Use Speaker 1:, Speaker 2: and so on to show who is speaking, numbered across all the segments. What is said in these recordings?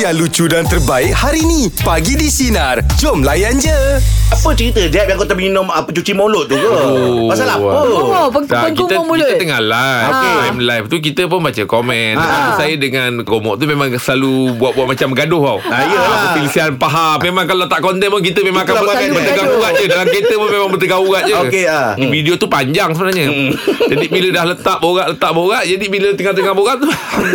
Speaker 1: yang lucu dan terbaik hari ni. Pagi di Sinar. Jom layan je.
Speaker 2: Apa cerita Jeb yang kau terminum apa cuci mulut tu ke?
Speaker 3: Oh.
Speaker 2: Pasal apa?
Speaker 4: Oh, peng-
Speaker 3: Tak, kita,
Speaker 4: pengkumur mulut.
Speaker 3: kita tengah live
Speaker 2: Ah.
Speaker 4: Okey.
Speaker 3: Time live tu Kita pun baca komen ha. Saya dengan Komok tu Memang selalu Buat-buat macam gaduh tau
Speaker 2: Ah, iyalah.
Speaker 3: Perselisihan faham Memang kalau tak konten pun Kita memang
Speaker 2: Itulah
Speaker 3: akan
Speaker 2: makanya.
Speaker 3: ber- bertegang
Speaker 4: Gaduh.
Speaker 3: urat je Dalam kereta pun memang bertegang urat je
Speaker 2: Okey, ah.
Speaker 3: Ni
Speaker 2: Hmm.
Speaker 3: Video tu panjang sebenarnya Jadi bila dah letak borak Letak borak Jadi bila tengah-tengah borak tu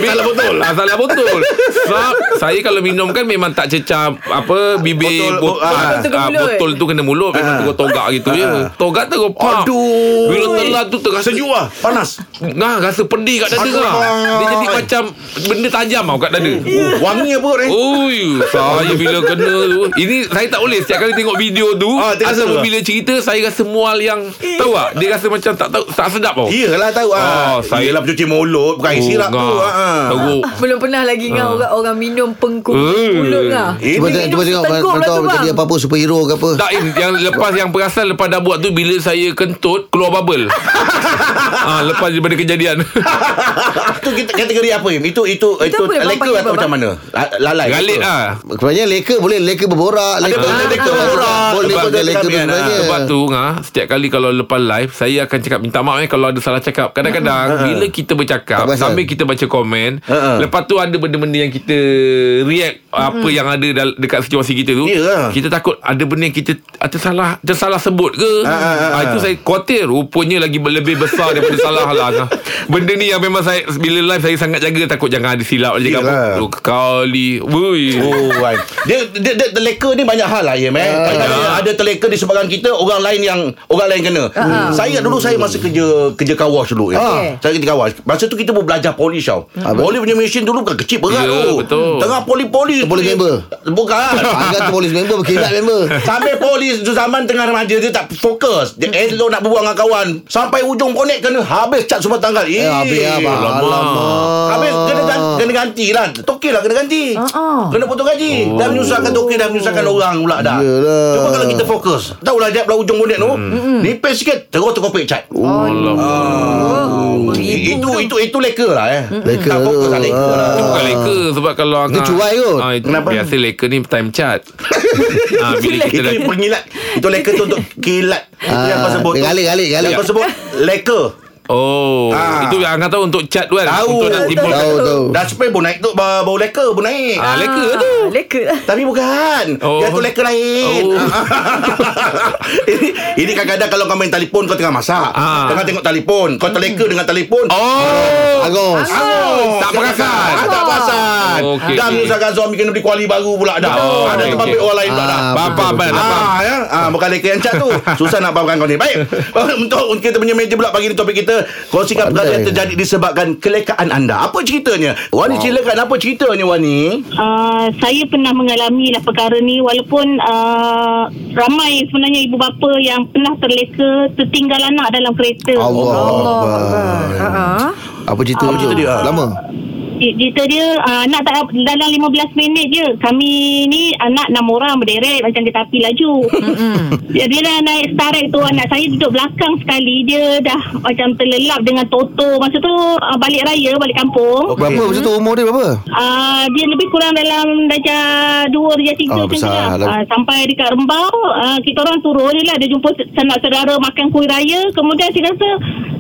Speaker 3: Salah botol ah, Salah botol Sebab Saya kalau minum kan Memang tak cecah Apa Bibir
Speaker 2: Botol-
Speaker 3: botol, ah,
Speaker 2: ah.
Speaker 4: Botol tu ke mulut.
Speaker 3: Botol tu kena mulut Memang terus togak gitu je Togak terus pam
Speaker 2: Aduh.
Speaker 3: Bila telan Ah, tu terasa
Speaker 2: Sejuk lah Panas
Speaker 3: Nah, rasa pedih kat dada
Speaker 2: Aduh,
Speaker 3: lah. Dia jadi
Speaker 2: ay.
Speaker 3: macam benda tajam tau kat dada.
Speaker 2: oh, Wangi apa ni?
Speaker 3: Ui, saya bila kena tu. Ini saya tak boleh setiap kali tengok video tu
Speaker 2: Ah, terasa
Speaker 3: atau
Speaker 2: tak?
Speaker 3: bila cerita saya rasa mual yang tahu tak? Dia rasa macam tak tahu tak sedap tau.
Speaker 2: Iyalah tahu ah.
Speaker 3: Oh, saya- Oh,
Speaker 2: Iyalah cuci mulut bukan isi sirap tu.
Speaker 3: ngah.
Speaker 2: ah.
Speaker 3: Teruk.
Speaker 4: Belum pernah lagi dengan orang, orang minum pengkum
Speaker 3: Eh.
Speaker 4: mulut lah.
Speaker 2: Eh,
Speaker 5: Cuba tengok,
Speaker 4: Dia minum
Speaker 5: cuba tengok
Speaker 4: seteguk
Speaker 5: kalau
Speaker 4: lah
Speaker 5: kau
Speaker 4: tu,
Speaker 5: jadi
Speaker 4: bang.
Speaker 5: apa-apa superhero ke apa.
Speaker 3: Tak Im Yang lepas yang perasan Lepas dah buat tu Bila saya kentut Keluar bubble ha, Lepas daripada kejadian
Speaker 2: Ah, Itu kita- kategori apa Im? Itu itu itu,
Speaker 4: apa yang bang
Speaker 2: leka
Speaker 4: panggil
Speaker 2: atau
Speaker 4: apa,
Speaker 2: macam
Speaker 4: bang?
Speaker 2: mana? La- Lalai.
Speaker 3: Galit
Speaker 2: Betul.
Speaker 3: lah
Speaker 5: Sebenarnya leka boleh leka berborak, leka
Speaker 2: benda leka berborak.
Speaker 5: Boleh
Speaker 2: Sebab
Speaker 5: pakai
Speaker 2: dia
Speaker 5: leka
Speaker 2: kami kan,
Speaker 5: sebenarnya.
Speaker 3: Ha. Sebab tu ngah, Setiap kali kalau lepas live Saya akan cakap Minta maaf eh Kalau ada salah cakap Kadang-kadang
Speaker 2: Ha,
Speaker 3: Bila kita bercakap
Speaker 5: Tak perasan.
Speaker 3: Sambil kita baca komen
Speaker 2: Ha-ha.
Speaker 3: Lepas tu ada benda-benda yang kita React Apa yang ada dal- Dekat situasi kita tu
Speaker 2: Hmm. Yalah.
Speaker 3: Kita takut Ada benda yang kita Ada salah Ada salah sebut ke Ah,
Speaker 2: ha,
Speaker 3: Itu saya khawatir Rupanya lagi be- Lebih besar daripada salah lah ngah. Benda ni yang memang saya Bila live saya sangat jaga Takut jangan ada silap Jangan apa
Speaker 2: Yalah.
Speaker 3: Dua Kali Wui.
Speaker 2: Oh, right. dia, dia, dia terleka ni banyak hal lah, Im. Eh? Kadang-kadang Ada terleka di sebarang kita, orang lain yang orang lain kena. Hmm. Saya dulu, saya masa kerja kerja kawash dulu. Im.
Speaker 4: Ah.
Speaker 2: Saya kerja kawash. Masa tu kita pun belajar polish tau. Polish punya mesin dulu bukan kecil berat
Speaker 3: Ya,
Speaker 2: tu.
Speaker 3: betul.
Speaker 2: Tengah poli-poli.
Speaker 5: Polish member.
Speaker 2: Bukan.
Speaker 5: Agak tu polis member berkilat member.
Speaker 2: Sampai polis tu zaman tengah remaja dia tak fokus. Dia elok nak berbual dengan kawan. Sampai ujung konek kena habis cat semua tanggal. Eh,
Speaker 5: Eh, habis abang.
Speaker 3: Alamak.
Speaker 5: Alamak.
Speaker 2: Habis kena ganti, kena ganti lah Toki lah kena ganti
Speaker 4: Ah, ah.
Speaker 2: Kena potong gaji oh. Dah menyusahkan toki Dah menyusahkan orang pula dah
Speaker 5: Yelah.
Speaker 2: Cuma kalau kita fokus Tahulah Jeb lah ujung bonnet tu mm. Nipis sikit Terus terkopik cat oh.
Speaker 3: Alamak
Speaker 2: Itu
Speaker 4: Itu
Speaker 2: itu itu leka lah eh
Speaker 5: Leka
Speaker 2: Tak fokus tak leka lah
Speaker 3: Itu bukan leka Sebab kalau
Speaker 5: Itu cuai Ah. kot.
Speaker 3: ha, itu
Speaker 2: Kenapa?
Speaker 3: Biasa leka ni time chart ha, Bila kita
Speaker 2: Itu
Speaker 3: dah
Speaker 2: yang pengilat Itu leka tu untuk kilat Itu
Speaker 5: Ah,
Speaker 2: yang kau sebut tu.
Speaker 5: galik, galik, galik.
Speaker 2: Yang kau sebut Leka
Speaker 3: Oh
Speaker 2: Ah.
Speaker 3: Itu yang Angah tahu untuk chart tu kan
Speaker 2: Tahu.
Speaker 3: Untuk nak timbulkan
Speaker 5: Tahu tahu.
Speaker 2: Dah spray pun naik tu Bau bau leka pun naik
Speaker 3: ha, Leka tu
Speaker 4: Ah, Leka
Speaker 2: Tapi bukan oh.
Speaker 3: Oh.
Speaker 2: Yang tu leka lain
Speaker 3: Oh.
Speaker 2: ini, ini kadang-kadang Kalau kau main telefon Kau tengah masak
Speaker 3: Ah.
Speaker 2: Tengah tengok telefon Kau terleka dengan telefon
Speaker 3: Oh
Speaker 5: Agos.
Speaker 2: Hangus.
Speaker 3: Tak perasan. Oh,
Speaker 2: Ah, Tak perasan
Speaker 3: Okey,
Speaker 2: Dah
Speaker 3: okey.
Speaker 2: menyusahkan suami Kena beli kuali baru pula dah Ah,
Speaker 3: Oh,
Speaker 2: Ada
Speaker 3: okey,
Speaker 2: tempat
Speaker 3: okey.
Speaker 2: ambil orang lain pula
Speaker 5: Ah,
Speaker 2: dah
Speaker 3: Bapak
Speaker 5: betul,
Speaker 3: Abang Abang
Speaker 2: Ah, ya. ah, bukan leka yang cat tu. Susah nak fahamkan kau ni. Baik. Untuk kita punya meja pula pagi ni topik kita kongsikan
Speaker 5: Pandai.
Speaker 2: perkara yang terjadi disebabkan kelekaan anda. Apa ceritanya? Wani silakan apa ceritanya Wani?
Speaker 6: Uh, saya pernah mengalami lah perkara ni walaupun uh, ramai sebenarnya ibu bapa yang pernah terleka tertinggal anak dalam kereta.
Speaker 5: Allah.
Speaker 4: Allah Ha-ha.
Speaker 5: Apa cerita
Speaker 2: cerita
Speaker 5: tu?
Speaker 2: dia?
Speaker 5: Lama.
Speaker 6: Cerita dia uh, anak tak dalam 15 minit je. Kami ni anak enam orang berderet macam kereta api laju. dia, dia dah naik starik tu anak saya duduk belakang sekali dia dah macam terlelap dengan toto. Masa tu uh, balik raya balik kampung.
Speaker 5: Berapa masa tu umur dia berapa?
Speaker 6: Uh, dia lebih kurang dalam darjah 2, darjah
Speaker 5: Ah,
Speaker 6: 3 macam tu
Speaker 5: besar
Speaker 6: lah.
Speaker 5: dah.
Speaker 6: Uh, sampai dekat Rembau, uh, kita orang turun je lah. Dia jumpa sanak saudara makan kuih raya. Kemudian dia rasa,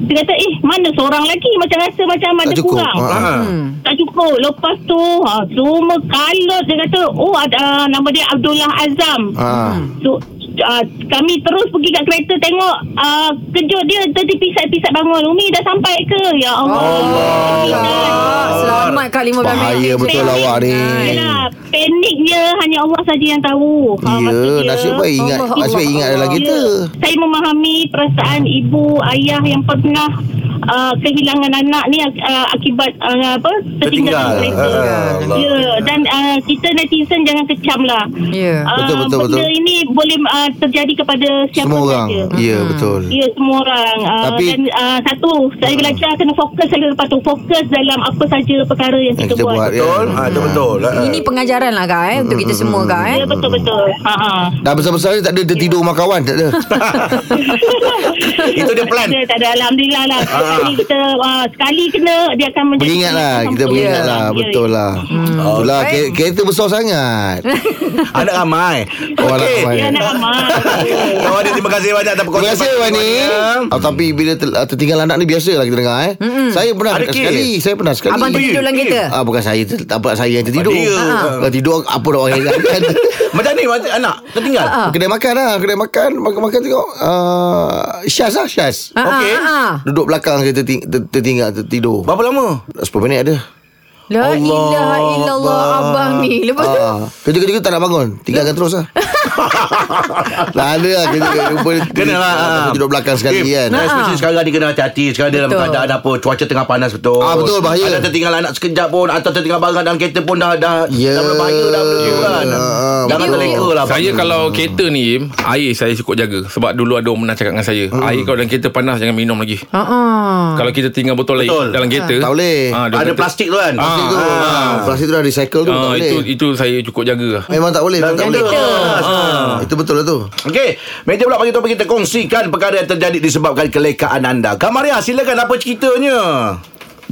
Speaker 6: dia kata, eh mana seorang lagi? Macam rasa macam ada
Speaker 5: Tak cukup.
Speaker 6: kurang.
Speaker 5: Ha.
Speaker 2: Ah.
Speaker 6: Tak cukup. Lepas tu, uh, semua kalut. Dia kata, oh ada, uh, nama dia Abdullah Azam.
Speaker 5: Ha.
Speaker 6: So, uh, kami terus pergi kat kereta tengok uh, kejut dia tadi pisat-pisat bangun Umi dah sampai ke ya Allah,
Speaker 4: Ah, Selamat Kak 15 minit
Speaker 5: Bahaya betul
Speaker 6: Panik.
Speaker 5: awak ni.
Speaker 6: Yelah, paniknya hanya Allah saja yang tahu. Ha,
Speaker 5: Ya,
Speaker 6: maksud dia, Ya.
Speaker 5: nasib baik ingat.
Speaker 4: Allah,
Speaker 5: Nasib baik
Speaker 4: Allah,
Speaker 5: ingat dalam
Speaker 4: Allah.
Speaker 5: kita.
Speaker 6: Saya memahami perasaan ibu, ayah yang pernah uh, kehilangan anak ni uh, akibat uh, apa? Tertinggal
Speaker 2: Tertinggal.
Speaker 6: dalam kereta.
Speaker 2: Ah, Allah.
Speaker 6: ya, dan uh, kita netizen jangan kecam lah.
Speaker 4: Ya.
Speaker 6: Ah,
Speaker 5: Betul, betul,
Speaker 6: benda
Speaker 5: betul.
Speaker 6: ini boleh uh, terjadi kepada siapa
Speaker 5: Semua orang.
Speaker 6: saja.
Speaker 5: Ya, betul.
Speaker 6: Ya semua orang uh,
Speaker 5: Tapi- Hmm.
Speaker 6: Tapi, Dan uh, satu Saya belajar kena fokus Saya lepas tu fokus Dalam apa saja perkara yang
Speaker 5: Yang
Speaker 6: kita,
Speaker 5: kita buat. ya.
Speaker 2: Betul? Ah, itu betul. Ah.
Speaker 4: Ini pengajaran lah Kak eh Untuk kita semua Kak eh
Speaker 6: Ya
Speaker 7: hmm,
Speaker 6: betul-betul Ha-ha.
Speaker 5: Dah besar-besar ni tak ada dia tidur rumah kawan, tak ada.
Speaker 2: Itu dia plan.
Speaker 6: Tak ada, tak ada. Alhamdulillah lah. Sekali kita, uh, sekali kena, dia akan menjadi...
Speaker 5: Ha, Beringat lah, kita
Speaker 6: sampai-
Speaker 5: beringat lah,
Speaker 6: Ya, ya.
Speaker 5: betul lah.
Speaker 2: Oh,
Speaker 5: Itulah
Speaker 4: Baik.
Speaker 5: ke- Kereta besar sangat
Speaker 2: Anak ramai.
Speaker 5: Oh, anak
Speaker 2: Okey.
Speaker 5: ramai.
Speaker 7: Ya nak ramai
Speaker 2: Kawan dia terima kasih banyak atas
Speaker 5: Terima kasih Wani oh, Tapi bila ter, tertinggal anak ni Biasalah kita dengar eh Mm-mm. Saya pernah
Speaker 2: Ada kes.
Speaker 5: sekali Saya pernah sekali
Speaker 4: Abang tu tidur dalam kereta
Speaker 5: Ah, bukan saya ter, tak, apa, Saya yang tertidur
Speaker 2: Ah, dia.
Speaker 5: ah. Kalau tidur Apa orang yang ingatkan
Speaker 2: Macam ni macam anak tertinggal.
Speaker 4: Ah.
Speaker 5: Kedai makan lah Kedai makan Makan-makan tengok uh, Syaz lah Syaz
Speaker 4: Ah,
Speaker 2: Okey.
Speaker 4: ah, ah.
Speaker 5: Duduk belakang kereta ting- ter- tertinggal tertidur
Speaker 2: Berapa lama?
Speaker 5: 10 minit ada
Speaker 4: La ilaha
Speaker 2: Allah,
Speaker 4: illallah abang ni. Lepas tu
Speaker 5: ah, Kerja-kerja tak nak bangun Tinggalkan terus lah Tak ada lah kerja Rupa
Speaker 2: Kena lah
Speaker 5: Takut Duduk belakang sekali kan
Speaker 2: nah, Especially sekarang dia kena hati-hati Sekarang dia dalam
Speaker 4: Betul.
Speaker 2: keadaan apa Cuaca tengah panas betul
Speaker 5: Ah, betul, bahaya.
Speaker 2: Ada tertinggal anak sekejap pun Atau tertinggal barang dalam kereta pun Dah dah,
Speaker 5: Ya.
Speaker 2: dah berbahaya dah benda tu kan
Speaker 5: Ya.
Speaker 2: Jangan
Speaker 4: Betul.
Speaker 2: terleka lah
Speaker 3: Saya kalau kereta ni Im, Air saya cukup jaga Sebab dulu ada orang pernah cakap dengan saya
Speaker 5: Hmm.
Speaker 3: Air kalau dalam kereta panas Jangan minum lagi
Speaker 4: Ha ah.
Speaker 3: Kalau kita tinggal botol air
Speaker 2: Betul.
Speaker 3: Dalam kereta
Speaker 5: Tak boleh.
Speaker 3: Ah, dia
Speaker 2: Ada
Speaker 3: kata-
Speaker 2: plastik tu kan
Speaker 3: Ah.
Speaker 5: Plastik tu ah. Plastik tu dah recycle tu
Speaker 3: Ah,
Speaker 5: tak
Speaker 3: itu,
Speaker 5: boleh. Ah.
Speaker 3: itu saya cukup jaga lah
Speaker 5: Memang tak boleh Memang tak
Speaker 2: Dalam
Speaker 5: boleh
Speaker 2: kereta.
Speaker 5: Ah, Itu betul lah tu
Speaker 2: Okey, meja pula pagi topik kita kongsikan perkara yang terjadi disebabkan kelekaan anda. Kamaria, silakan apa ceritanya?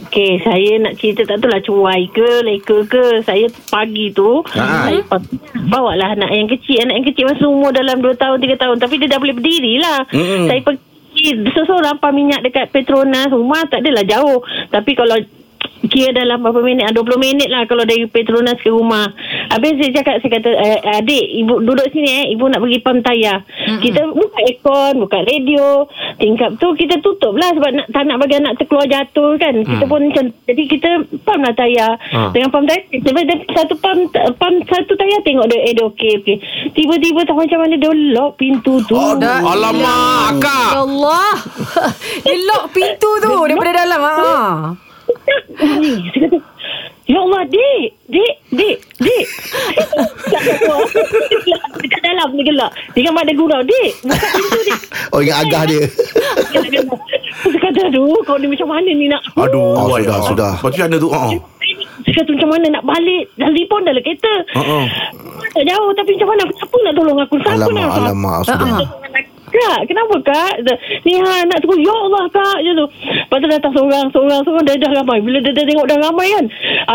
Speaker 7: Okey, saya nak cerita tak tahulah cuai ke, leka ke. Saya pagi tu,
Speaker 2: Ha.
Speaker 7: saya pa- bawa lah anak yang kecil. Anak yang kecil masa umur dalam 2 tahun, 3 tahun. Tapi dia dah boleh berdiri lah.
Speaker 5: Hmm.
Speaker 2: Mm-mm.
Speaker 7: Saya pergi seseorang pam minyak dekat Petronas. Rumah tak adalah jauh. Tapi kalau kira dalam berapa minit, ah, 20 minit lah kalau dari Petronas ke rumah. Habis saya cakap, saya kata, eh, adik, ibu duduk sini eh. Ibu nak pergi pam tayar. Kita buka aircon, buka radio. Tingkap tu kita tutup lah sebab nak, tak nak bagi anak terkeluar jatuh kan. Kita pun macam, jadi kita pam lah tayar. Dengan pam tayar, lepas dia satu pam, pam satu tayar tengok dia, eh dia okey, okey. Tiba-tiba tak macam mana dia lock pintu tu.
Speaker 2: Aduh.
Speaker 4: Oh, Dah.
Speaker 3: Alamak akak
Speaker 4: Ya Allah. Dia lock pintu tu daripada dalam. Ha ah.
Speaker 7: Ni, saya kata, Ya Allah, dik, dik, dik, dik. Tak keluar. Dia gelak. Dekat dalam dia gelak. Dengan mak dia gurau, dik, buka pintu dik.
Speaker 5: Oh ingat agah dia
Speaker 7: Gelak, gelak. Saya kata, aduh, kau ni macam mana ni nak?
Speaker 5: Oh,
Speaker 3: ah.
Speaker 5: sudah,
Speaker 2: wah, ya.
Speaker 5: sudah.
Speaker 2: Lepas tu macam mana tu? Oh.
Speaker 7: Saya kata macam mana nak balik Dah rebound dalam kereta
Speaker 2: Uh-uh.
Speaker 7: Tak jauh Tapi macam mana Siapa nak tolong aku Siapa
Speaker 5: Alamak
Speaker 7: nak
Speaker 5: Alamak Sudah
Speaker 4: Ah.
Speaker 7: Kak kenapa kak Dia, Ni ha nak tunggu Ya Allah kak Je tu Lepas tu datang seorang Seorang seorang Dah, dah ramai Bila dia, dia tengok dah ramai kan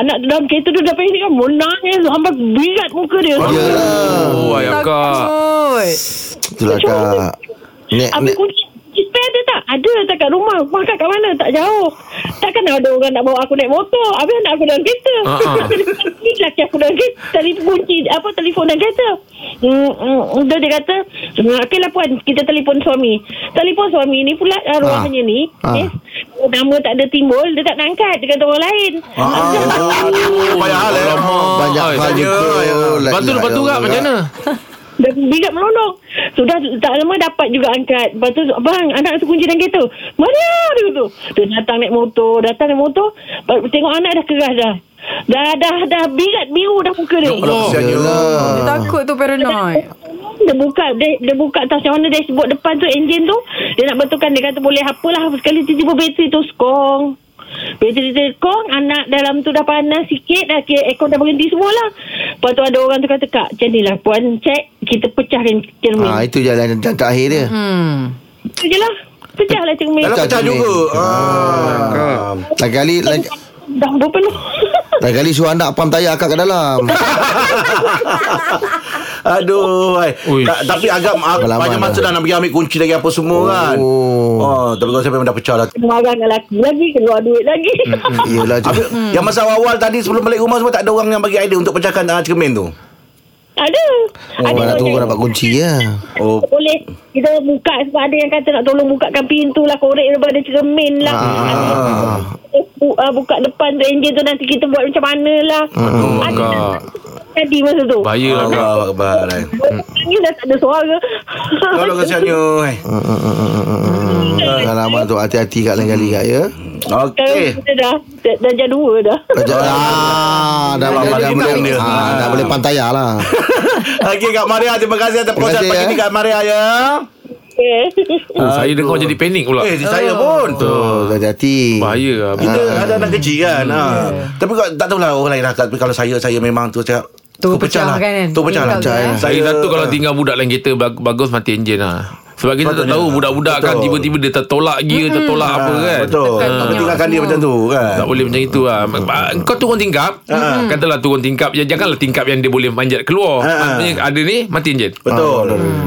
Speaker 7: Anak dalam kereta tu Dah panik kan Menangis Sampai birat muka dia
Speaker 3: Oh ayah akak
Speaker 4: Takut.
Speaker 5: Itulah kak Nek,
Speaker 7: Habis
Speaker 5: nek
Speaker 7: kunci Spare dia tak Ada tak kat rumah Rumah kak kat mana Tak jauh Takkan ada orang nak bawa aku naik motor Habis anak aku dalam kereta
Speaker 3: Ah, ah.
Speaker 7: Habis lelaki, lelaki aku dalam kereta Telefon kunci Apa telefon dalam kereta Hmm, hmm, Dia dia kata hmm, Okey lah puan Kita telefon suami Telefon suami ni pula ah, Rumahnya ni
Speaker 5: Ah.
Speaker 7: eh, Nama tak ada timbul Dia tak nak angkat Dia kata orang lain
Speaker 2: Banyak hal eh.
Speaker 5: Banyak
Speaker 3: Ay,
Speaker 5: hal Lah,
Speaker 3: saya-
Speaker 5: betul. La
Speaker 3: Lepas tu lepas
Speaker 5: ilaha
Speaker 3: tu kak
Speaker 5: illallah.
Speaker 3: macam mana
Speaker 7: Dah bigat melonong Sudah tak lama dapat juga angkat Lepas tu Abang anak tu kunci dalam kereta Mana dia tu Dia datang naik motor Datang naik motor ba- Tengok anak dah keras dah Dah dah dah birat biru dah muka dia
Speaker 3: Oh
Speaker 5: Yalah
Speaker 8: Ah.
Speaker 4: Dia takut tu paranoid.
Speaker 7: dia buka dia, dia buka atas macam mana dashboard depan tu enjin tu dia nak betulkan dia kata boleh apalah sekali tiba-tiba bateri tu skong Bateri dia kong Anak dalam tu dah panas sikit dah, Kira aircon dah berhenti semua lah Lepas tu ada orang tu kata Kak macam ni lah Puan cek Kita pecahkan cermin
Speaker 5: Ah, itu jalan jalan terakhir dia.
Speaker 4: Hmm.
Speaker 7: Itu je lah Pecah lah cermin
Speaker 2: Dalam pecah
Speaker 5: Cik Min.
Speaker 2: juga. Ah.
Speaker 5: Lain kali lain,
Speaker 7: Dah berpenuh
Speaker 5: lain kali suruh anak pam tayar akak kat dalam.
Speaker 2: Aduh hai.
Speaker 3: Ui.
Speaker 2: Ta- Tapi agak ah,
Speaker 5: Pengalaman
Speaker 2: Banyak masa
Speaker 5: dah.
Speaker 2: dah nak pergi ambil kunci lagi apa semua kan
Speaker 5: Oh.
Speaker 2: oh, Tapi kalau saya memang dah pecah dah
Speaker 7: Marah dengan lelaki lagi Keluar duit lagi
Speaker 5: Hmm, Iyalah je.
Speaker 2: Habis, Yang masa awal tadi Sebelum balik rumah semua Tak ada orang yang bagi idea Untuk pecahkan ah, cermin tu
Speaker 7: Ada
Speaker 5: Oh,
Speaker 7: Ada
Speaker 5: anak tu
Speaker 7: orang
Speaker 5: kau
Speaker 7: yang-
Speaker 5: dapat kunci ya.
Speaker 2: Oh
Speaker 7: boleh kita buka sebab ada yang kata nak tolong bukakan pintu lah korek daripada cermin lah
Speaker 5: Ah.
Speaker 7: Ada- bu- ah, buka depan tu enjin tu nanti kita buat macam mana lah
Speaker 5: Ah,
Speaker 3: Aduh
Speaker 7: Ada-
Speaker 3: akak
Speaker 7: jadi masa tu
Speaker 3: Oh, Bahaya lah kak
Speaker 2: Allah Akbar hai.
Speaker 7: Nangis dah tak ada suara
Speaker 2: Kalau kesiannya hai.
Speaker 5: Hmm. Pengalaman tu hati-hati kat lain kali kat ya.
Speaker 2: Okey
Speaker 5: Eh.
Speaker 7: Sekarang kita dah dah, dah jadi dua dah
Speaker 5: Raja ah, dah, dah, dah, dah, boleh ah, dah boleh pantaya lah.
Speaker 2: Okey Kak Maria Terima kasih atas
Speaker 5: Terima
Speaker 2: perkongsian
Speaker 5: kasih,
Speaker 2: pagi
Speaker 5: ya.
Speaker 2: ni Kak Maria ya
Speaker 7: okay.
Speaker 5: Ah.
Speaker 3: Oh saya dengar jadi panik pula
Speaker 2: Eh saya pun
Speaker 5: Oh, hati-hati.
Speaker 3: Bahaya lah
Speaker 2: Kita ada anak kecil kan ha. Tapi kau tak tahulah orang lain lah Tapi kalau saya Saya memang tu cakap
Speaker 4: Tu
Speaker 2: tu
Speaker 4: pecah kan, kan?
Speaker 2: Tu pecah lah
Speaker 4: Tinggal,
Speaker 3: Saya
Speaker 2: Saya
Speaker 3: satu kalau tinggal budak dalam kereta bag- Bagus mati enjin lah Sebab kita tak
Speaker 2: Sepatutnya.
Speaker 3: tahu budak-budak kan
Speaker 2: Betul.
Speaker 3: tiba-tiba dia tertolak gear, tertolak apa kan.
Speaker 2: Ah, Betul
Speaker 4: Tekan
Speaker 2: Kau
Speaker 4: minyak
Speaker 2: tinggalkan dia
Speaker 4: semua.
Speaker 2: macam tu kan
Speaker 3: Tak boleh macam itu lah Ah, Kau turun tingkap Katalah turun tingkap ya, Janganlah tingkap yang dia boleh manjat keluar
Speaker 2: Ah, ah.
Speaker 3: Maksudnya ada ni Mati enjin
Speaker 2: Betul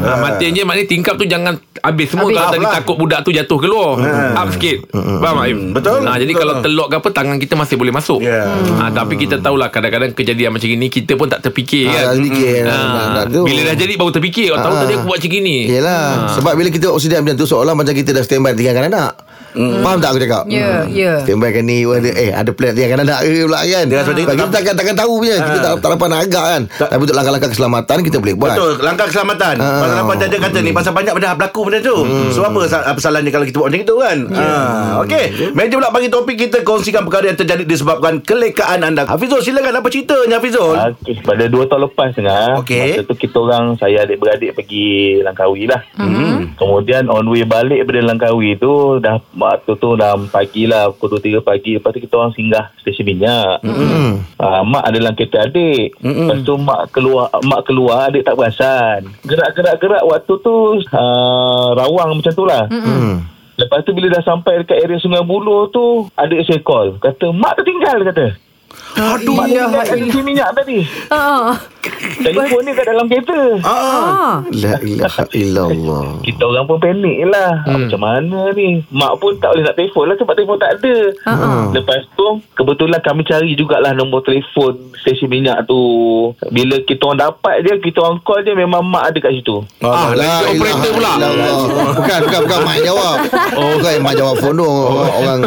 Speaker 3: Ah, mati enjin maknanya tingkap tu jangan habis semua
Speaker 4: Habis.
Speaker 3: kalau tadi
Speaker 2: Up lah. Ah.
Speaker 3: takut budak tu jatuh keluar. Up sikit. Faham Aim?
Speaker 2: Betul.
Speaker 3: Ah, jadi
Speaker 2: Betul.
Speaker 3: kalau telok ke apa tangan kita masih boleh masuk.
Speaker 2: Ya.
Speaker 3: Ah, tapi kita tahulah kadang-kadang kejadian macam ini kita pun tak terfikir
Speaker 5: Ah,
Speaker 3: kan.
Speaker 5: tak
Speaker 3: Ah,
Speaker 5: fikir. Nak- nak tu.
Speaker 3: bila dah jadi baru terfikir, oh, tahu
Speaker 5: Ah.
Speaker 3: tadi aku buat macam gini.
Speaker 5: Yelah Sebab bila kita obsidian macam tu Seolah macam kita dah standby Tinggalkan anak Faham tak aku cakap
Speaker 4: Ya, ya.
Speaker 5: Standby kan ni ada, Eh ada plan tinggalkan anak ke pula kan
Speaker 2: Dia rasa macam
Speaker 5: Sebab
Speaker 2: tu,
Speaker 5: Kita
Speaker 2: tak-
Speaker 5: takkan, takkan tahu punya Kita tak, tak dapat nak agak kan Tapi untuk langkah-langkah keselamatan Kita boleh buat
Speaker 2: Betul Langkah keselamatan
Speaker 5: Ah.
Speaker 2: Pasal apa tadi dia kata ni Pasal banyak benda berlaku benda tu So apa sal- apa salahnya Kalau kita buat macam itu kan yeah. Okay Meja pula bagi topik kita Kongsikan perkara yang terjadi Disebabkan kelekaan anda Hafizul silakan Apa ceritanya Hafizul
Speaker 8: Ah, Okey, pada dua tahun lepas tengah. Masa
Speaker 2: Okey.
Speaker 8: tu kita orang, saya adik-beradik pergi Langkawi lah. Mm-hmm. Kemudian on way balik daripada Langkawi tu, dah waktu tu dah pagi lah, pukul 2-3 pagi. Lepas tu kita orang singgah stesen minyak.
Speaker 5: Mhm. Hmm.
Speaker 8: Mm-hmm. Ah, mak ada dalam kereta adik. Mm-hmm. Lepas tu mak keluar, mak keluar adik tak perasan. Gerak-gerak-gerak waktu tu ah, rawang macam tu lah.
Speaker 5: Mhm. Hmm.
Speaker 8: Mm-hmm. Lepas tu bila dah sampai dekat area Sungai Buloh tu, adik saya call. Kata, mak tertinggal kata.
Speaker 4: Aduh,
Speaker 8: Mak
Speaker 4: ya.
Speaker 8: tertinggal kat stesen minyak tadi.
Speaker 4: Ha.
Speaker 8: Telefon ni kat dalam kereta.
Speaker 3: Ah.
Speaker 4: Ha.
Speaker 5: La ilaha illallah
Speaker 8: Kita orang pun panik lah. Hmm. Macam mana ni? Mak pun tak boleh nak telefon lah sebab telefon tak ada.
Speaker 4: Ha.
Speaker 8: Lepas tu, kebetulan kami cari jugalah nombor telefon stesen minyak tu. Bila kita orang dapat je, kita orang call je memang mak ada kat situ.
Speaker 5: Ah,
Speaker 3: lagi operator pula.
Speaker 5: Bukan, bukan, bukan Mak jawab Oh, bukan Mak jawab phone tu
Speaker 3: Oh.
Speaker 5: Orang, orang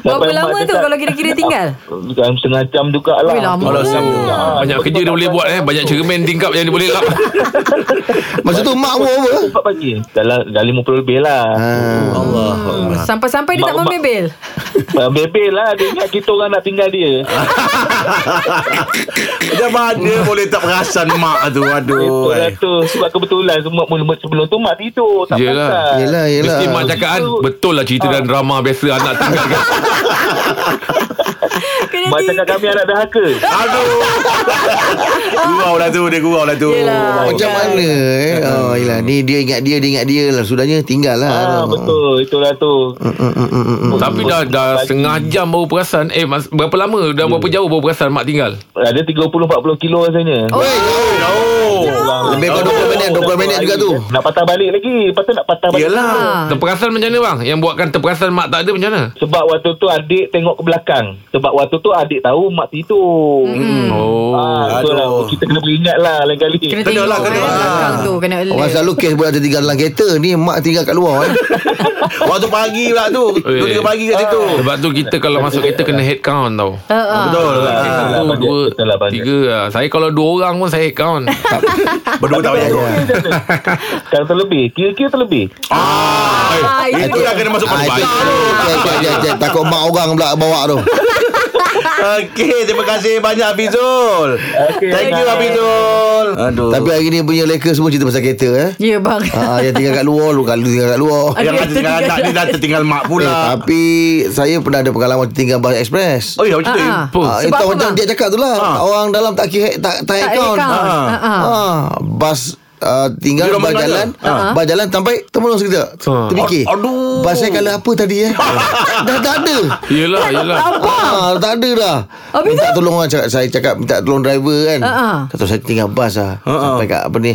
Speaker 4: Berapa
Speaker 8: Sampai mak
Speaker 4: lama tu
Speaker 8: dekat-
Speaker 4: kalau kira-kira tinggal?
Speaker 8: Dalam setengah jam jugalah.
Speaker 4: Ui, lama.
Speaker 8: Kalau
Speaker 4: Oh,
Speaker 8: setengah jam.
Speaker 3: Ah, Banyak kerja dia boleh buat eh Banyak cermin tingkap yang dia boleh lap
Speaker 5: Masa tu mak pun apa
Speaker 8: Empat pagi. Dalam, dalam 50 lebih lah.
Speaker 3: Ah.
Speaker 2: Allah
Speaker 4: Sampai-sampai dia tak
Speaker 8: Ah. Mak-
Speaker 4: membebel.
Speaker 8: Ah, Bebel lah. Dia ingat kita orang nak tinggal dia.
Speaker 2: Macam mana boleh tak perasan Mak tu Aduh eh.
Speaker 8: Betul lah
Speaker 3: eh.
Speaker 8: tu. Sebab kebetulan semua mula sebelum tu mak tidur. Tak
Speaker 3: Yelah.
Speaker 8: perasan.
Speaker 5: Yelah, Ah, yelah
Speaker 3: Mesti mak cakap kan Betul lah cerita
Speaker 8: Ah.
Speaker 3: dan drama Biasa anak tinggal kan
Speaker 4: Kena
Speaker 8: Mak
Speaker 4: tinggal.
Speaker 8: cakap kami anak dahaka.
Speaker 2: Aduh Gurau lah tu Dia gurau lah tu
Speaker 4: Yelah.
Speaker 5: Macam mana eh?
Speaker 3: Hmm.
Speaker 5: Oh, yelah. Ni dia ingat dia, dia ingat dia lah. Sudahnya tinggal lah. hmm,
Speaker 8: Ah,
Speaker 5: Aduh.
Speaker 8: betul. Itulah tu.
Speaker 3: Tapi dah dah setengah jam baru perasan Eh mas, berapa lama Dah
Speaker 5: Hmm.
Speaker 3: berapa jauh baru perasan mak tinggal
Speaker 8: Ada 30-40 kilo rasanya.
Speaker 4: Oh,
Speaker 5: Lebih daripada 20 minit, 20 minit juga tu.
Speaker 8: Nak patah balik lagi. Lepas tu nak patah balik.
Speaker 2: Yelah
Speaker 5: Ah.
Speaker 4: Ha.
Speaker 3: Terperasan macam mana bang Yang buatkan terperasan mak tak ada macam mana
Speaker 8: Sebab waktu tu adik tengok ke belakang. Sebab waktu tu adik tahu mak tidur.
Speaker 5: Hmm.
Speaker 8: Mm.
Speaker 3: Oh
Speaker 8: Ah, betul lah.
Speaker 2: Aduh.
Speaker 8: Kita kena beringat lah lain kali.
Speaker 4: Kena
Speaker 2: Kena
Speaker 4: tengok
Speaker 2: lah,
Speaker 4: lah,
Speaker 2: kena
Speaker 4: kena
Speaker 2: lah.
Speaker 4: belakang tu Kena
Speaker 5: Orang
Speaker 4: alert
Speaker 5: selalu kes budak tertinggal dalam kereta Ni mak tinggal kat luar eh.
Speaker 2: Waktu pagi pula tu
Speaker 3: Eh.
Speaker 2: Dua tiga pagi kat situ
Speaker 4: Ah.
Speaker 3: Sebab tu kita kalau masuk kereta Kena head count tau
Speaker 4: Ha, ha.
Speaker 2: Betul lah
Speaker 8: Ah,
Speaker 3: Satu,
Speaker 8: banyak.
Speaker 3: dua,
Speaker 8: Betul lah, banyak.
Speaker 3: tiga lah. Saya kalau dua orang pun saya head count
Speaker 2: Berdua tak payah
Speaker 8: Kalau terlebih. Kira-kira terlebih.
Speaker 4: Ah, itu
Speaker 2: Itu dah kena masuk
Speaker 5: Ah,
Speaker 2: pada
Speaker 5: itu- Cek, cek, cek, cek. Takut mak orang pula bawa tu
Speaker 2: Okey, terima kasih banyak Hafizul.
Speaker 8: Okey,
Speaker 2: Thank you
Speaker 8: bye.
Speaker 2: Hafizul. Aduh.
Speaker 5: Tapi
Speaker 2: Tapi
Speaker 5: hari ni punya leka semua cerita pasal kereta eh.
Speaker 4: Ya bang
Speaker 5: Ah, ah, yang tinggal kat luar lu kalau tinggal kat luar.
Speaker 2: yang ada tinggal anak ni dah tertinggal mak
Speaker 5: Eh,
Speaker 2: pula.
Speaker 5: tapi saya pernah ada pengalaman tinggal bus express.
Speaker 2: Oh, ya macam tu.
Speaker 4: Ah, ah.
Speaker 3: Apa?
Speaker 5: Ah,
Speaker 4: Sebab
Speaker 5: itu
Speaker 4: apa,
Speaker 5: macam
Speaker 4: bang?
Speaker 5: dia cakap tu lah.
Speaker 2: Ah.
Speaker 5: Orang dalam tak kira tak tak,
Speaker 4: Tak
Speaker 5: account.
Speaker 4: account.
Speaker 5: Ah.
Speaker 4: Ah.
Speaker 5: Ah, bas Uh, tinggal
Speaker 2: Dia
Speaker 5: bas
Speaker 2: ramai
Speaker 5: jalan
Speaker 2: mana?
Speaker 5: uh Bas jalan sampai Termulus kita
Speaker 3: Ah.
Speaker 5: Terfikir
Speaker 2: Aduh.
Speaker 5: Bas saya kala apa tadi eh Dah tak ada
Speaker 3: Yelah yelah
Speaker 5: Ah, tak ada dah
Speaker 4: Habis
Speaker 5: Minta tolong orang cakap, Saya cakap minta tolong driver kan
Speaker 4: Ah, ah.
Speaker 5: Kata saya tinggal bas lah
Speaker 2: Ah,
Speaker 5: Sampai kat apa ni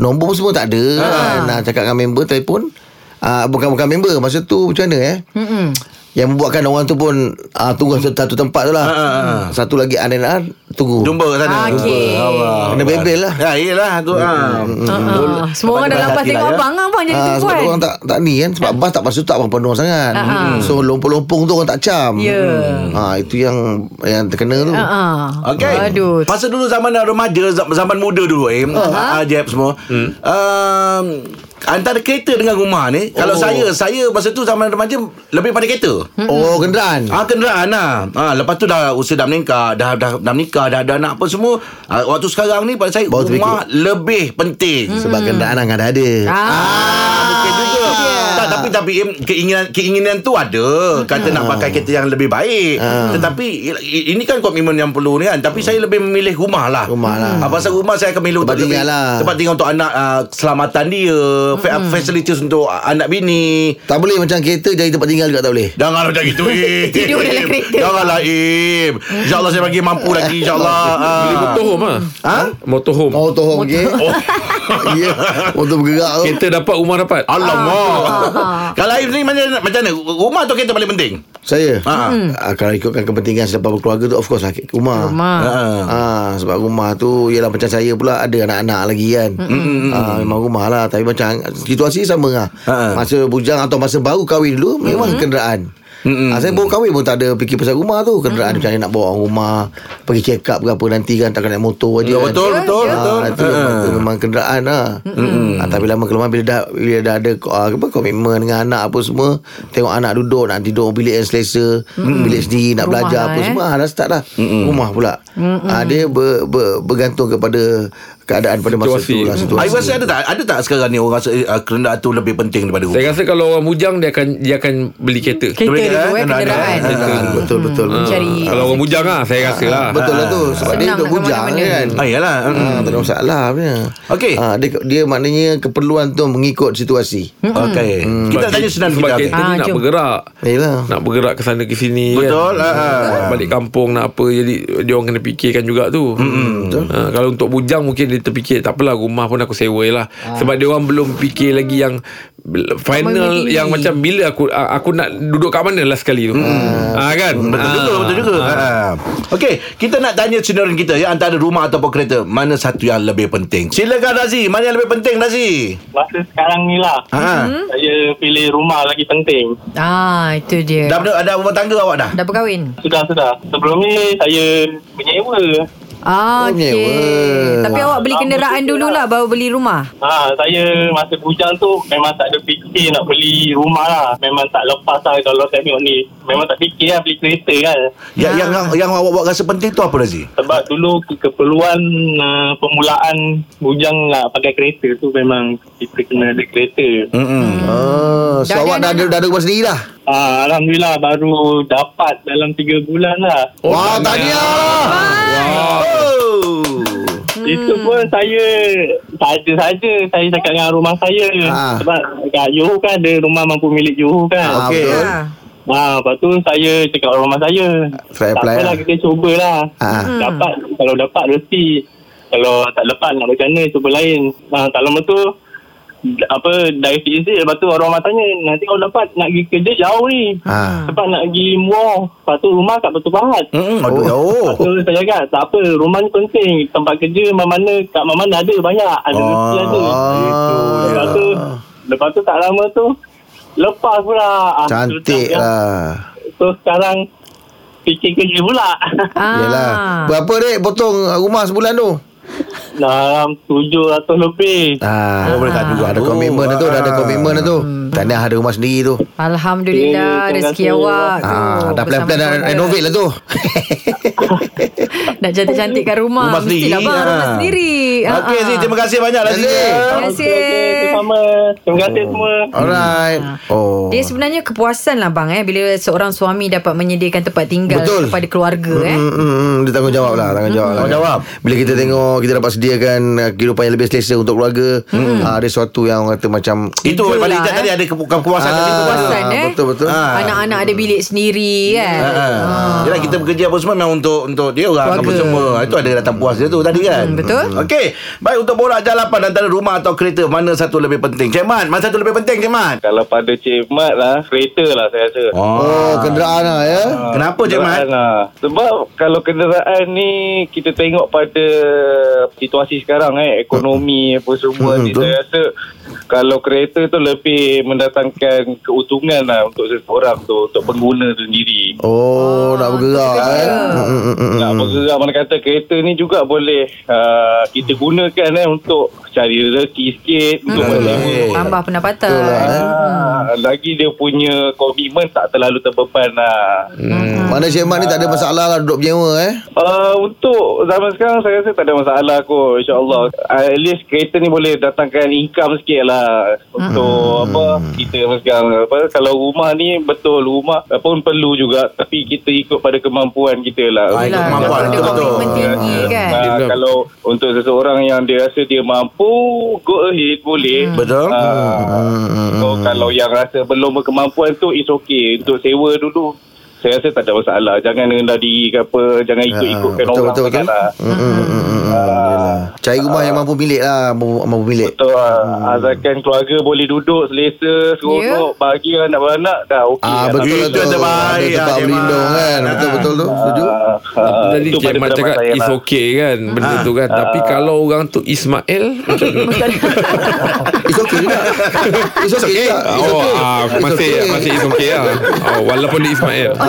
Speaker 5: Nombor pun semua tak ada
Speaker 4: Ah,
Speaker 5: kan. Nak cakap dengan member telefon ah, Bukan-bukan member Masa tu macam mana eh
Speaker 4: Mm-mm.
Speaker 5: yang membuatkan orang tu pun uh, Tunggu satu, satu tempat tu lah
Speaker 2: Ah, ah, ah.
Speaker 5: Satu lagi R&R Tunggu
Speaker 2: Jumpa kat sana.
Speaker 4: Ah, Okey.
Speaker 5: Kena bebel lah
Speaker 2: Ya, iyalah tu. ah.
Speaker 4: Ah, ah. Semua orang dalam
Speaker 2: Hati
Speaker 4: pas
Speaker 2: lah,
Speaker 4: tengok
Speaker 2: ya.
Speaker 4: abang Abang jadi
Speaker 5: Ah, sebab
Speaker 4: tumpuan
Speaker 5: orang tak tak ni kan sebab bas tak pasal tak orang penuh sangat.
Speaker 4: Eh. Ah, ah.
Speaker 5: So lompong-lompong tu orang tak cam.
Speaker 4: Ya.
Speaker 5: Ha itu yang yang terkena tu.
Speaker 4: Ha, ha.
Speaker 2: Okey.
Speaker 4: Aduh
Speaker 2: Masa dulu zaman remaja, za- zaman muda dulu eh. Uh-huh. Jeb semua. Hmm. Um, antara kereta dengan rumah ni, oh. kalau saya, saya masa tu zaman remaja lebih pada kereta.
Speaker 4: Hmm,
Speaker 5: Oh kenderaan.
Speaker 2: Ah kenderaan lah ah, Lepas tu dah Usia dah meningkat Dah dah, dah menikah Dah ada anak apa semua ah, Waktu sekarang ni Pada saya
Speaker 5: Baru
Speaker 2: Rumah lebih penting
Speaker 5: Sebab kenderaan hang ada ada.
Speaker 4: Hmm. Ah,
Speaker 2: Ah, mungkin juga.
Speaker 4: itu dia.
Speaker 5: Ah,
Speaker 2: tak, tapi tapi Im, keinginan keinginan tu ada. Kata nak pakai kereta yang lebih baik. Tetapi i- i- ini kan komitmen yang perlu ni kan. Tapi saya lebih memilih rumah lah.
Speaker 5: Rumah lah.
Speaker 2: Ah, pasal rumah saya akan milih
Speaker 5: Tempat
Speaker 2: untuk
Speaker 5: tinggal
Speaker 2: lebih-
Speaker 5: lah.
Speaker 2: Tempat tinggal untuk anak ah, keselamatan dia, fa- facilities untuk anak bini.
Speaker 5: Tak boleh macam kereta jadi tempat tinggal juga tak boleh.
Speaker 2: Janganlah macam gitu Im
Speaker 4: Tidur dalam kereta.
Speaker 2: Janganlah Im InsyaAllah saya bagi mampu lagi InsyaAllah Ah.
Speaker 3: Beli motorhome ah.
Speaker 5: Ha?
Speaker 3: Motorhome.
Speaker 5: Motorhome okay? Oh. ya, motor bergerak tu.
Speaker 3: Kereta dapat rumah dapat.
Speaker 2: Alamak Kalau Im ni macam, macam mana Rumah atau kereta paling penting
Speaker 5: Saya
Speaker 2: Ha.
Speaker 5: ha. Kalau ikutkan kepentingan Selepas berkeluarga tu Of course lah Rumah
Speaker 4: Rumah.
Speaker 5: ha. Sebab rumah tu Ialah macam saya pula Ada anak-anak lagi kan ha, Memang rumah lah Tapi macam Situasi sama lah
Speaker 2: Ha.
Speaker 5: Masa bujang Atau masa baru kahwin dulu Memang kenderaan Mm-mm. Ha, saya baru kahwin pun tak ada fikir pasal rumah tu Kenderaan macam mana nak bawa orang rumah Pergi check up ke apa nanti kan Takkan naik motor aja
Speaker 2: Ya,
Speaker 5: kan.
Speaker 2: betul, betul,
Speaker 5: Ah,
Speaker 2: betul.
Speaker 5: Itu memang- itu memang kenderaan lah ha, Tapi lama kelemahan Bila dah, bila dah ada ah, apa, komitmen dengan anak apa semua Tengok anak duduk Nak tidur bilik yang selesa Bilik sendiri Nak
Speaker 4: Rumah
Speaker 5: belajar
Speaker 4: lah,
Speaker 5: apa
Speaker 4: eh.
Speaker 5: semua ah, Dah start lah Rumah pula ha, Dia ber, ber, bergantung kepada Keadaan pada masa
Speaker 3: Situasi.
Speaker 5: tu lah situasi.
Speaker 2: Ayu rasa ada tak Ada tak sekarang ni Orang rasa uh, kerendaan tu lebih penting daripada rumah
Speaker 3: Saya rasa kalau orang bujang dia akan dia akan beli kereta.
Speaker 4: Kereta
Speaker 2: Boleh
Speaker 4: dulu eh
Speaker 2: kan?
Speaker 5: Ah,
Speaker 2: Ada,
Speaker 4: Kenderaan
Speaker 5: Betul betul,
Speaker 3: Ah,
Speaker 5: betul.
Speaker 4: Mencari
Speaker 3: Kalau orang bujang lah Saya rasa lah
Speaker 5: Betul lah tu Sebab dia
Speaker 4: Senang
Speaker 5: hidup
Speaker 4: nak ke
Speaker 5: bujang
Speaker 4: mana-mana.
Speaker 5: kan
Speaker 2: Ah, yalah.
Speaker 5: Ah, Tak ada masalah punya.
Speaker 2: Okey.
Speaker 5: Ah, dia, dia maknanya keperluan tu mengikut situasi
Speaker 2: Okay Hmm. Kita
Speaker 3: Sebab
Speaker 2: tanya
Speaker 3: ke-
Speaker 2: senang
Speaker 3: Sebab
Speaker 2: kita
Speaker 3: kereta
Speaker 2: okey?
Speaker 3: ni
Speaker 4: Ah,
Speaker 3: nak
Speaker 4: jom.
Speaker 3: bergerak
Speaker 5: Yelah
Speaker 3: Nak bergerak ke sana ke sini kan?
Speaker 2: Betul, ah.
Speaker 3: Nak Balik kampung nak apa Jadi dia orang kena fikirkan juga tu hmm, ha, Kalau untuk bujang mungkin dia terfikir Tak apalah rumah pun aku sewa je lah
Speaker 4: Ah.
Speaker 3: Sebab dia orang belum fikir lagi yang bel- Final
Speaker 4: Memilih.
Speaker 3: yang macam bila aku a- aku nak duduk kat mana last sekali tu ha, kan
Speaker 2: Betul juga
Speaker 3: Ah.
Speaker 2: Betul juga Ah. Okey Kita nak tanya sinaran kita ya, Antara rumah ataupun kereta Mana satu yang lebih penting Silakan Razi Mana yang lebih penting Razi
Speaker 9: Masa sekarang ni lah
Speaker 4: Mhm.
Speaker 2: ha.
Speaker 9: Saya pilih rumah lagi penting
Speaker 4: Ah itu dia
Speaker 2: Dah ada, ada rumah tangga awak dah
Speaker 4: Dah berkahwin
Speaker 9: Sudah-sudah Sebelum ni saya menyewa
Speaker 4: Ah
Speaker 5: Oh,
Speaker 4: okey
Speaker 5: nyewa.
Speaker 4: Tapi awak beli
Speaker 9: Ah,
Speaker 4: kenderaan
Speaker 9: betul
Speaker 4: dululah Baru beli rumah
Speaker 9: Ha, saya masa bujang tu memang tak ada fikir nak beli rumah lah. Memang tak lepas lah kalau tengok ni. Memang tak fikir lah beli kereta kan.
Speaker 2: ya, yang, yang yang awak buat rasa penting tu apa Razi
Speaker 9: Sebab dulu ke- keperluan uh, permulaan bujang nak pakai kereta tu memang kita kena ada kereta.
Speaker 2: Mm-mm.
Speaker 5: Ah, so
Speaker 4: Hmm. Dah
Speaker 5: awak
Speaker 4: ada
Speaker 5: dah ada, dah ada rumah sendiri lah
Speaker 9: Ha, Alhamdulillah baru dapat dalam 3 bulan lah.
Speaker 3: Oh,
Speaker 5: Wah tahniah
Speaker 3: Ah, Wah.
Speaker 2: Oh.
Speaker 9: Itu pun saya saja-saja saya cakap dengan rumah saya.
Speaker 5: Ah.
Speaker 9: Sebab kat Johor kan ada rumah mampu milik Johor kan.
Speaker 5: Ah,
Speaker 2: Okey.
Speaker 5: betul.
Speaker 4: Ah.
Speaker 9: Ha, lepas tu saya cakap dengan rumah saya.
Speaker 5: Try apply
Speaker 9: tak apalah,
Speaker 5: lah.
Speaker 9: kita cubalah.
Speaker 5: Ha.
Speaker 4: Ah.
Speaker 9: Ha. Dapat, kalau dapat reti. Kalau tak dapat nak macam mana, cuba lain. Ha, tak lama tu, d- apa, dari sikit-sikit, lepas tu orang rumah tanya, nanti kalau dapat nak pergi kerja jauh ni.
Speaker 5: Ha.
Speaker 9: Sebab nak pergi muar. Lepas tu rumah kat Batu Pahat.
Speaker 5: Hmm,
Speaker 2: Mm-mm. Aduh oh.
Speaker 9: Lepas tu saya cakap, tak apa, rumah ni penting. Tempat kerja mana-mana, kat mana ada banyak. Ada
Speaker 2: Ah,
Speaker 9: reti ada. Gitu. Lepas tu,
Speaker 5: ya.
Speaker 9: lepas tu tak lama tu, lepas pula. Ah,
Speaker 5: Cantik
Speaker 2: ya?
Speaker 9: sudah-
Speaker 5: lah
Speaker 9: So sekarang Fikir kerja pula
Speaker 4: Ah.
Speaker 5: Yelah Berapa dek potong uh, rumah sebulan tu
Speaker 9: Dalam 700 lebih
Speaker 5: Ah,
Speaker 2: Oh, boleh tak juga
Speaker 5: Ada
Speaker 2: tu.
Speaker 5: komitmen dah tu Dah ada
Speaker 2: Ah.
Speaker 5: komitmen dah tu
Speaker 4: Hmm.
Speaker 5: Tahniah ada rumah sendiri tu
Speaker 9: Eh,
Speaker 4: Alhamdulillah rezeki
Speaker 9: terima kasih.
Speaker 4: awak
Speaker 5: Ah,
Speaker 4: tu.
Speaker 5: dah
Speaker 4: Oh, Bersama Hmm.
Speaker 5: plan-plan dah
Speaker 4: keluarga.
Speaker 5: renovate lah tu
Speaker 4: Nak cantik-cantikkan rumah.
Speaker 2: Rumah sendiri
Speaker 4: Mestilah bang, rumah
Speaker 2: ah.
Speaker 4: sendiri. Ah,
Speaker 2: Okey
Speaker 4: ah.
Speaker 2: Razi Terima kasih banyak Razi
Speaker 4: Terima
Speaker 9: Okey, okey,
Speaker 4: kasih.
Speaker 9: Sama Terima kasih semua
Speaker 5: Alright Oh
Speaker 4: Ah. Dia sebenarnya kepuasan lah bang eh bila seorang suami dapat menyediakan tempat tinggal
Speaker 5: Betul.
Speaker 4: kepada keluarga eh.
Speaker 5: Mm, mm, mm, dia tanggungjawab lah tanggungjawab lah
Speaker 2: Hmm. Tanggungjawab.
Speaker 5: bila kita tengok kita dapat sediakan uh, kehidupan yang lebih selesa untuk keluarga
Speaker 4: Hmm.
Speaker 5: mm. uh, ada sesuatu yang orang kata macam Ah,
Speaker 2: Itu
Speaker 4: Itulah,
Speaker 2: paling ijat
Speaker 4: eh.
Speaker 2: tadi Ada ke- ke- kepuasan kat situ.
Speaker 4: Kepuasan eh.
Speaker 5: betul betul
Speaker 2: Ah.
Speaker 4: Anak-anak ada bilik sendiri kan.
Speaker 2: Ah. Yalah kita bekerja apa semua memang untuk untuk dia orang apa
Speaker 4: Keluarga.
Speaker 2: semua. Ah, Itu ada datang puas dia tu tadi kan.
Speaker 4: Hmm, betul.
Speaker 2: Okey, baik untuk borak jalapan antara rumah atau kereta mana satu lebih penting? Cik Mat, mana satu lebih penting Cik Mat?
Speaker 9: Kalau pada Cik Mat lah Kereta lah saya rasa
Speaker 5: oh kenderaan lah ya
Speaker 4: Ah.
Speaker 2: Kenapa Oh, Cik Mat?
Speaker 9: Kenderaan lah. Sebab kalau kenderaan ni kita tengok pada situasi sekarang eh ekonomi apa semua
Speaker 5: Hmm,
Speaker 9: ni
Speaker 5: betul.
Speaker 9: saya rasa kalau kereta tu lebih mendatangkan keuntungan lah untuk seseorang tu untuk pengguna tu sendiri.
Speaker 5: oh
Speaker 4: Ah,
Speaker 5: nak bergerak eh Mm, mm, mm, mm.
Speaker 9: Nak bergerak mana kata kereta ni juga boleh uh, kita gunakan eh untuk cari rezeki sikit untuk
Speaker 2: lah.
Speaker 9: beli.
Speaker 4: Hmm, Tambah pendapatan.
Speaker 5: Betul lah, eh.
Speaker 9: Ah, lagi dia punya komitmen tak terlalu terbeban lah.
Speaker 4: Hmm.
Speaker 5: Mana Cik Mat ni tak ada masalah lah duduk penyewa eh.
Speaker 9: Uh, untuk zaman sekarang saya rasa tak ada masalah kot insyaAllah uh, at least kereta ni boleh datangkan income sikit lah untuk apa
Speaker 8: kita apa sekarang apa kalau rumah ni betul rumah pun perlu juga tapi kita ikut pada kemampuan kita lah.
Speaker 2: Ah, ikut
Speaker 4: Yelah,
Speaker 2: kemampuan,
Speaker 4: Ada
Speaker 2: betul.
Speaker 4: komitmen tinggi kan
Speaker 8: Ah,
Speaker 3: Dia-
Speaker 8: kalau untuk seseorang yang dia rasa dia mampu go ahead boleh
Speaker 4: Hmm.
Speaker 2: Betul.
Speaker 5: Hmm.
Speaker 8: Ah, so kalau yang rasa belum berkemampuan tu it's okay untuk sewa dulu saya rasa tak ada masalah jangan rendah diri ke apa jangan ikut-ikutkan
Speaker 5: Ah, betul,
Speaker 8: orang
Speaker 5: betul, betul.
Speaker 8: sangat lah.
Speaker 5: Hmm, hmm, hmm, hmm, hmm. Yelah. Cari rumah yang mampu milik lah Mampu, mampu milik
Speaker 8: Betul hmm. Azalkan keluarga boleh duduk Selesa Seronok
Speaker 4: Ya.
Speaker 8: yeah. Bahagia anak-anak Dah okey
Speaker 5: Ah betul
Speaker 2: Itu
Speaker 5: tu.
Speaker 2: yang terbaik,
Speaker 5: Ada tempat
Speaker 2: ah,
Speaker 5: berlindung
Speaker 2: Jamal.
Speaker 5: kan. Betul betul tu. Setuju?
Speaker 8: Ah,
Speaker 3: Tadi
Speaker 8: itu
Speaker 3: Cik
Speaker 8: pada
Speaker 3: Mat
Speaker 8: pendapat
Speaker 3: cakap
Speaker 8: saya
Speaker 3: It's
Speaker 8: lah.
Speaker 3: okay kan Benda tu kan Tapi kalau orang tu Ismail Macam mana
Speaker 5: It's okay juga. Eh, It's okay juga. It's
Speaker 3: Oh
Speaker 5: okay.
Speaker 3: ah,
Speaker 5: It's
Speaker 3: Masih
Speaker 5: okay.
Speaker 3: Masih it's okay lah oh, Walaupun dia Ismail
Speaker 4: Oh,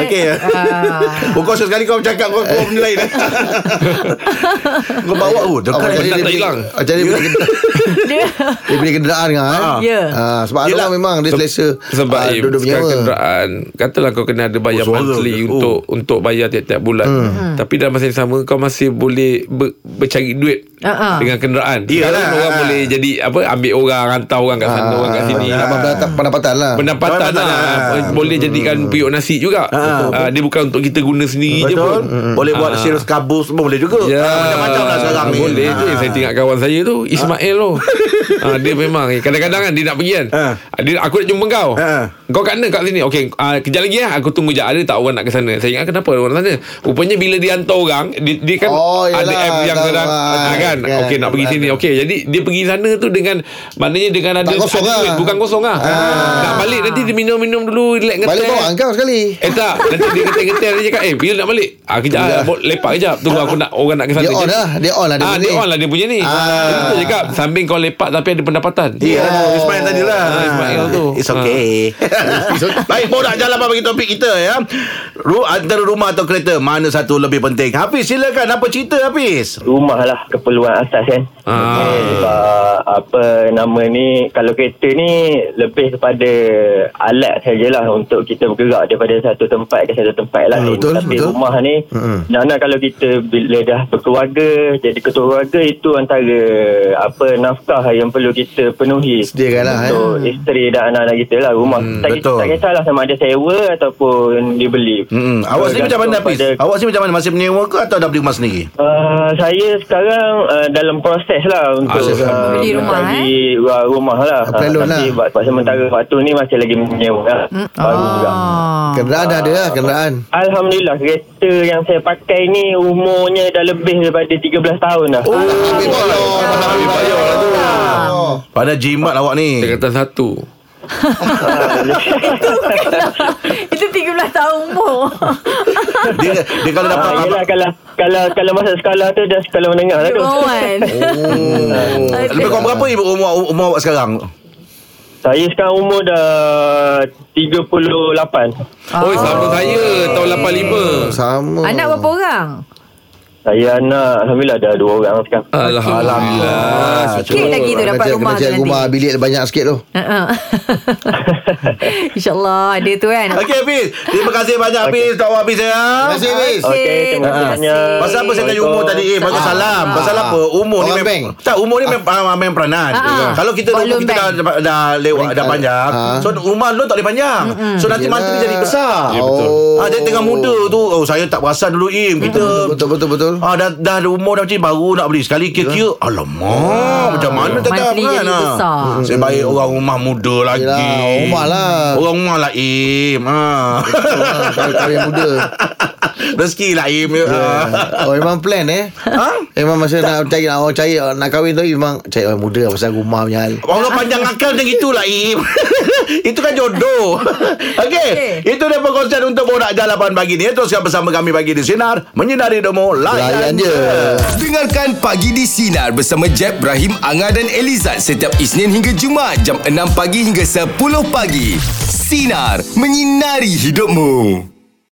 Speaker 2: Okey.
Speaker 4: Ah.
Speaker 2: Bukan sekali kau cakap kau kau benda lain. eh. kau bawa oh
Speaker 5: Awak
Speaker 2: dekat.
Speaker 5: cari
Speaker 3: tak
Speaker 5: dia beli-
Speaker 3: hilang.
Speaker 5: awak cari dia beli kenderaan-
Speaker 4: Dia
Speaker 5: dia beli kenderaan kan
Speaker 4: Ya.
Speaker 5: Ah, Sebab
Speaker 2: Yelah.
Speaker 5: Anwar memang Dia selesa
Speaker 3: sebab
Speaker 5: ah,
Speaker 3: Im,
Speaker 5: Duduk
Speaker 3: sekarang
Speaker 5: penyewa
Speaker 3: kenderaan katalah kau kena ada bayar oh,
Speaker 2: Oh, suara dia.
Speaker 3: monthly untuk untuk bayar tiap-tiap bulan hmm. tapi dalam masa yang sama kau masih boleh ber, bercari duit
Speaker 4: Ah, ah.
Speaker 3: dengan kenderaan
Speaker 2: Iyalah.
Speaker 3: sekarang orang boleh jadi apa ambil orang hantar orang kat sana orang kat sini
Speaker 5: Ah, pendapatan- Pendapatan lah
Speaker 3: pendapatan
Speaker 2: Pendapatan,
Speaker 3: lah
Speaker 2: ah.
Speaker 3: boleh jadikan periuk nasi juga ah, dia bukan untuk kita guna sendiri je
Speaker 2: Betul.
Speaker 3: pun
Speaker 2: Boleh buat sirus kabus pun boleh juga.
Speaker 3: Ya
Speaker 2: Ah, Macam-macam lah sekarang ni.
Speaker 3: Boleh je
Speaker 2: Ah.
Speaker 3: Saya tengok kawan saya tu Ismail tu ah, Dia memang Kadang-kadang kan Dia nak pergi kan
Speaker 2: Ah.
Speaker 3: Ah, dia, Aku nak jumpa kau
Speaker 2: Ah.
Speaker 3: Kau kat mana kat sini Okey ah, Kejap lagi lah Aku tunggu je Ada tak orang nak ke sana Saya ingat kenapa ada orang sana Rupanya bila dia hantar orang Dia, dia kan
Speaker 5: Oh, yelah,
Speaker 3: Ada app yang
Speaker 5: tahu,
Speaker 3: sedang
Speaker 5: ah,
Speaker 3: ah, kan
Speaker 5: kan.
Speaker 3: Okey nak pergi sini Okey jadi Dia pergi sana tu dengan Maknanya dengan ada
Speaker 5: Tak kosong
Speaker 3: ada
Speaker 5: lah.
Speaker 3: duit, Bukan kosong lah Nak balik nanti Dia minum-minum dulu Relax
Speaker 5: Balik
Speaker 3: ngetel.
Speaker 5: bawa kau sekali
Speaker 3: Eh tak Nanti dia ketel-ketel Dia cakap Eh bila nak balik ah, Kejap lah bo- Lepak kejap Tunggu aku nak Orang nak ke sana
Speaker 5: Dia on lah Dia on lah
Speaker 3: Ah,
Speaker 5: punya
Speaker 3: dia
Speaker 5: ni.
Speaker 3: on lah dia punya ni.
Speaker 5: Ah.
Speaker 3: Ah. Dia cakap sambil kau lepak tapi ada pendapatan.
Speaker 2: Ya, Ismail tadi lah.
Speaker 3: Ah, Ismail tu.
Speaker 2: It's okay. Baik, Bo nak jalan apa bagi topik kita ya. Ru antara rumah atau kereta, mana satu lebih penting? Hafiz, silakan. Apa cerita Hafiz?
Speaker 10: rumah lah keperluan asas kan
Speaker 3: Ah.
Speaker 10: Eh, sebab apa nama ni kalau kereta ni lebih kepada alat sajalah untuk kita bergerak daripada satu tempat ke satu tempat lah
Speaker 5: Hmm, betul,
Speaker 10: tapi
Speaker 5: betul.
Speaker 10: rumah ni nak-nak kalau kita bila dah berkeluarga jadi ketua keluarga itu antara apa nafkah yang perlu kita penuhi
Speaker 5: Sediakan lah, eh.
Speaker 10: untuk isteri dan anak-anak kita lah rumah hmm, tak,
Speaker 2: betul.
Speaker 10: tak kisahlah sama ada sewa ataupun dibeli
Speaker 2: Hmm, awak sendiri macam mana Hafiz?
Speaker 10: Pada-
Speaker 2: Awak sendiri macam mana? Masih menyewa ke atau dah beli rumah sendiri?
Speaker 10: Uh, saya sekarang uh, dalam proses lah
Speaker 5: Ah,
Speaker 10: untuk
Speaker 3: Proses
Speaker 10: uh,
Speaker 4: Beli rumah,
Speaker 10: bagi uh, rumah lah. Ah,
Speaker 5: Apply loan
Speaker 10: tapi
Speaker 5: lah.
Speaker 10: buat, buat sementara waktu ni masih lagi menyewa lah. Baru juga.
Speaker 4: Ah.
Speaker 5: Kenderaan dah ada lah Kenderaan
Speaker 10: Alhamdulillah kereta yang saya pakai ni umurnya dah lebih daripada 13 tahun dah. Oh,
Speaker 5: Oh.
Speaker 2: Pada jimat awak ni.
Speaker 3: Tingkatan satu.
Speaker 10: Ah,
Speaker 4: Itu 13 tahun umur
Speaker 2: Dia, dia kalau dapat
Speaker 10: Ah, yelah, kalau kalau kalau masa sekolah tu dah sekolah menengah lah tu.
Speaker 4: Kawan
Speaker 2: Lebih kurang berapa ibu umur, umur awak sekarang?
Speaker 10: Saya sekarang umur dah 38.
Speaker 3: Oh, oh sama saya tahun 85.
Speaker 5: Sama
Speaker 4: Oh. Anak berapa orang?
Speaker 10: Saya anak alhamdulillah dah dua orang sekarang.
Speaker 2: Ah,
Speaker 3: Alhamdulillah.
Speaker 4: Sikit lagi tu dapat
Speaker 5: Kena
Speaker 4: rumah tu
Speaker 5: cari
Speaker 4: nanti
Speaker 5: rumah Bilik banyak sikit tu
Speaker 4: Uh-uh. InsyaAllah Ada tu kan
Speaker 2: Okey Hafiz Terima kasih banyak Hafiz Untuk awak Hafiz ya
Speaker 5: Terima kasih Fiz
Speaker 10: Okey, terima kasih banyak.
Speaker 2: Pasal apa saya tanya umur tadi Eh pasal salam Pasal apa Umur ni
Speaker 5: Ah. Orang bank.
Speaker 2: memang Tak umur ni memang ah. main peranan
Speaker 4: Ah, ah.
Speaker 2: Kalau kita
Speaker 4: Buat
Speaker 2: umur
Speaker 4: loan
Speaker 2: kita dah, dah, dah lewat Dah
Speaker 5: Ah.
Speaker 2: panjang So rumah loan tak boleh panjang So nanti
Speaker 5: Yelah.
Speaker 2: mantu dia jadi besar
Speaker 5: Ya, betul.
Speaker 2: Ah, Jadi tengah muda tu Oh saya tak perasan dulu Im Kita
Speaker 5: Betul betul betul
Speaker 2: Ah, dah, dah ada umur dah macam ni Baru nak beli Sekali kira-kira
Speaker 5: Ah.
Speaker 2: Alamak Macam mana tak tahu
Speaker 4: Monthly
Speaker 2: kan
Speaker 4: jadi
Speaker 2: ah.
Speaker 4: besar.
Speaker 2: Saya baik orang rumah muda lagi
Speaker 5: Yelah, rumah lah.
Speaker 2: Orang rumah lah Im ah.
Speaker 5: Ah, Kahwin muda
Speaker 2: Rezeki lah Im yeah.
Speaker 5: Oh memang plan eh
Speaker 2: Ha?
Speaker 5: Memang masa nak cari Nak orang cari Nak kahwin tu Memang cari orang muda lah Pasal rumah punya hal
Speaker 2: Allah panjang akal macam itulah Im Itu kan jodoh Okey Itu dia perkongsian untuk Borak Jalapan pagi ni Teruskan bersama kami pagi di Sinar Menyinari Demo Layan,
Speaker 5: Layan je
Speaker 11: Dengarkan Pagi di Sinar bersama Jeb, Ibrahim, Anga dan Elizad setiap Isnin hingga Jumaat jam 6 pagi hingga 10 pagi. Sinar. Menyinari hidupmu.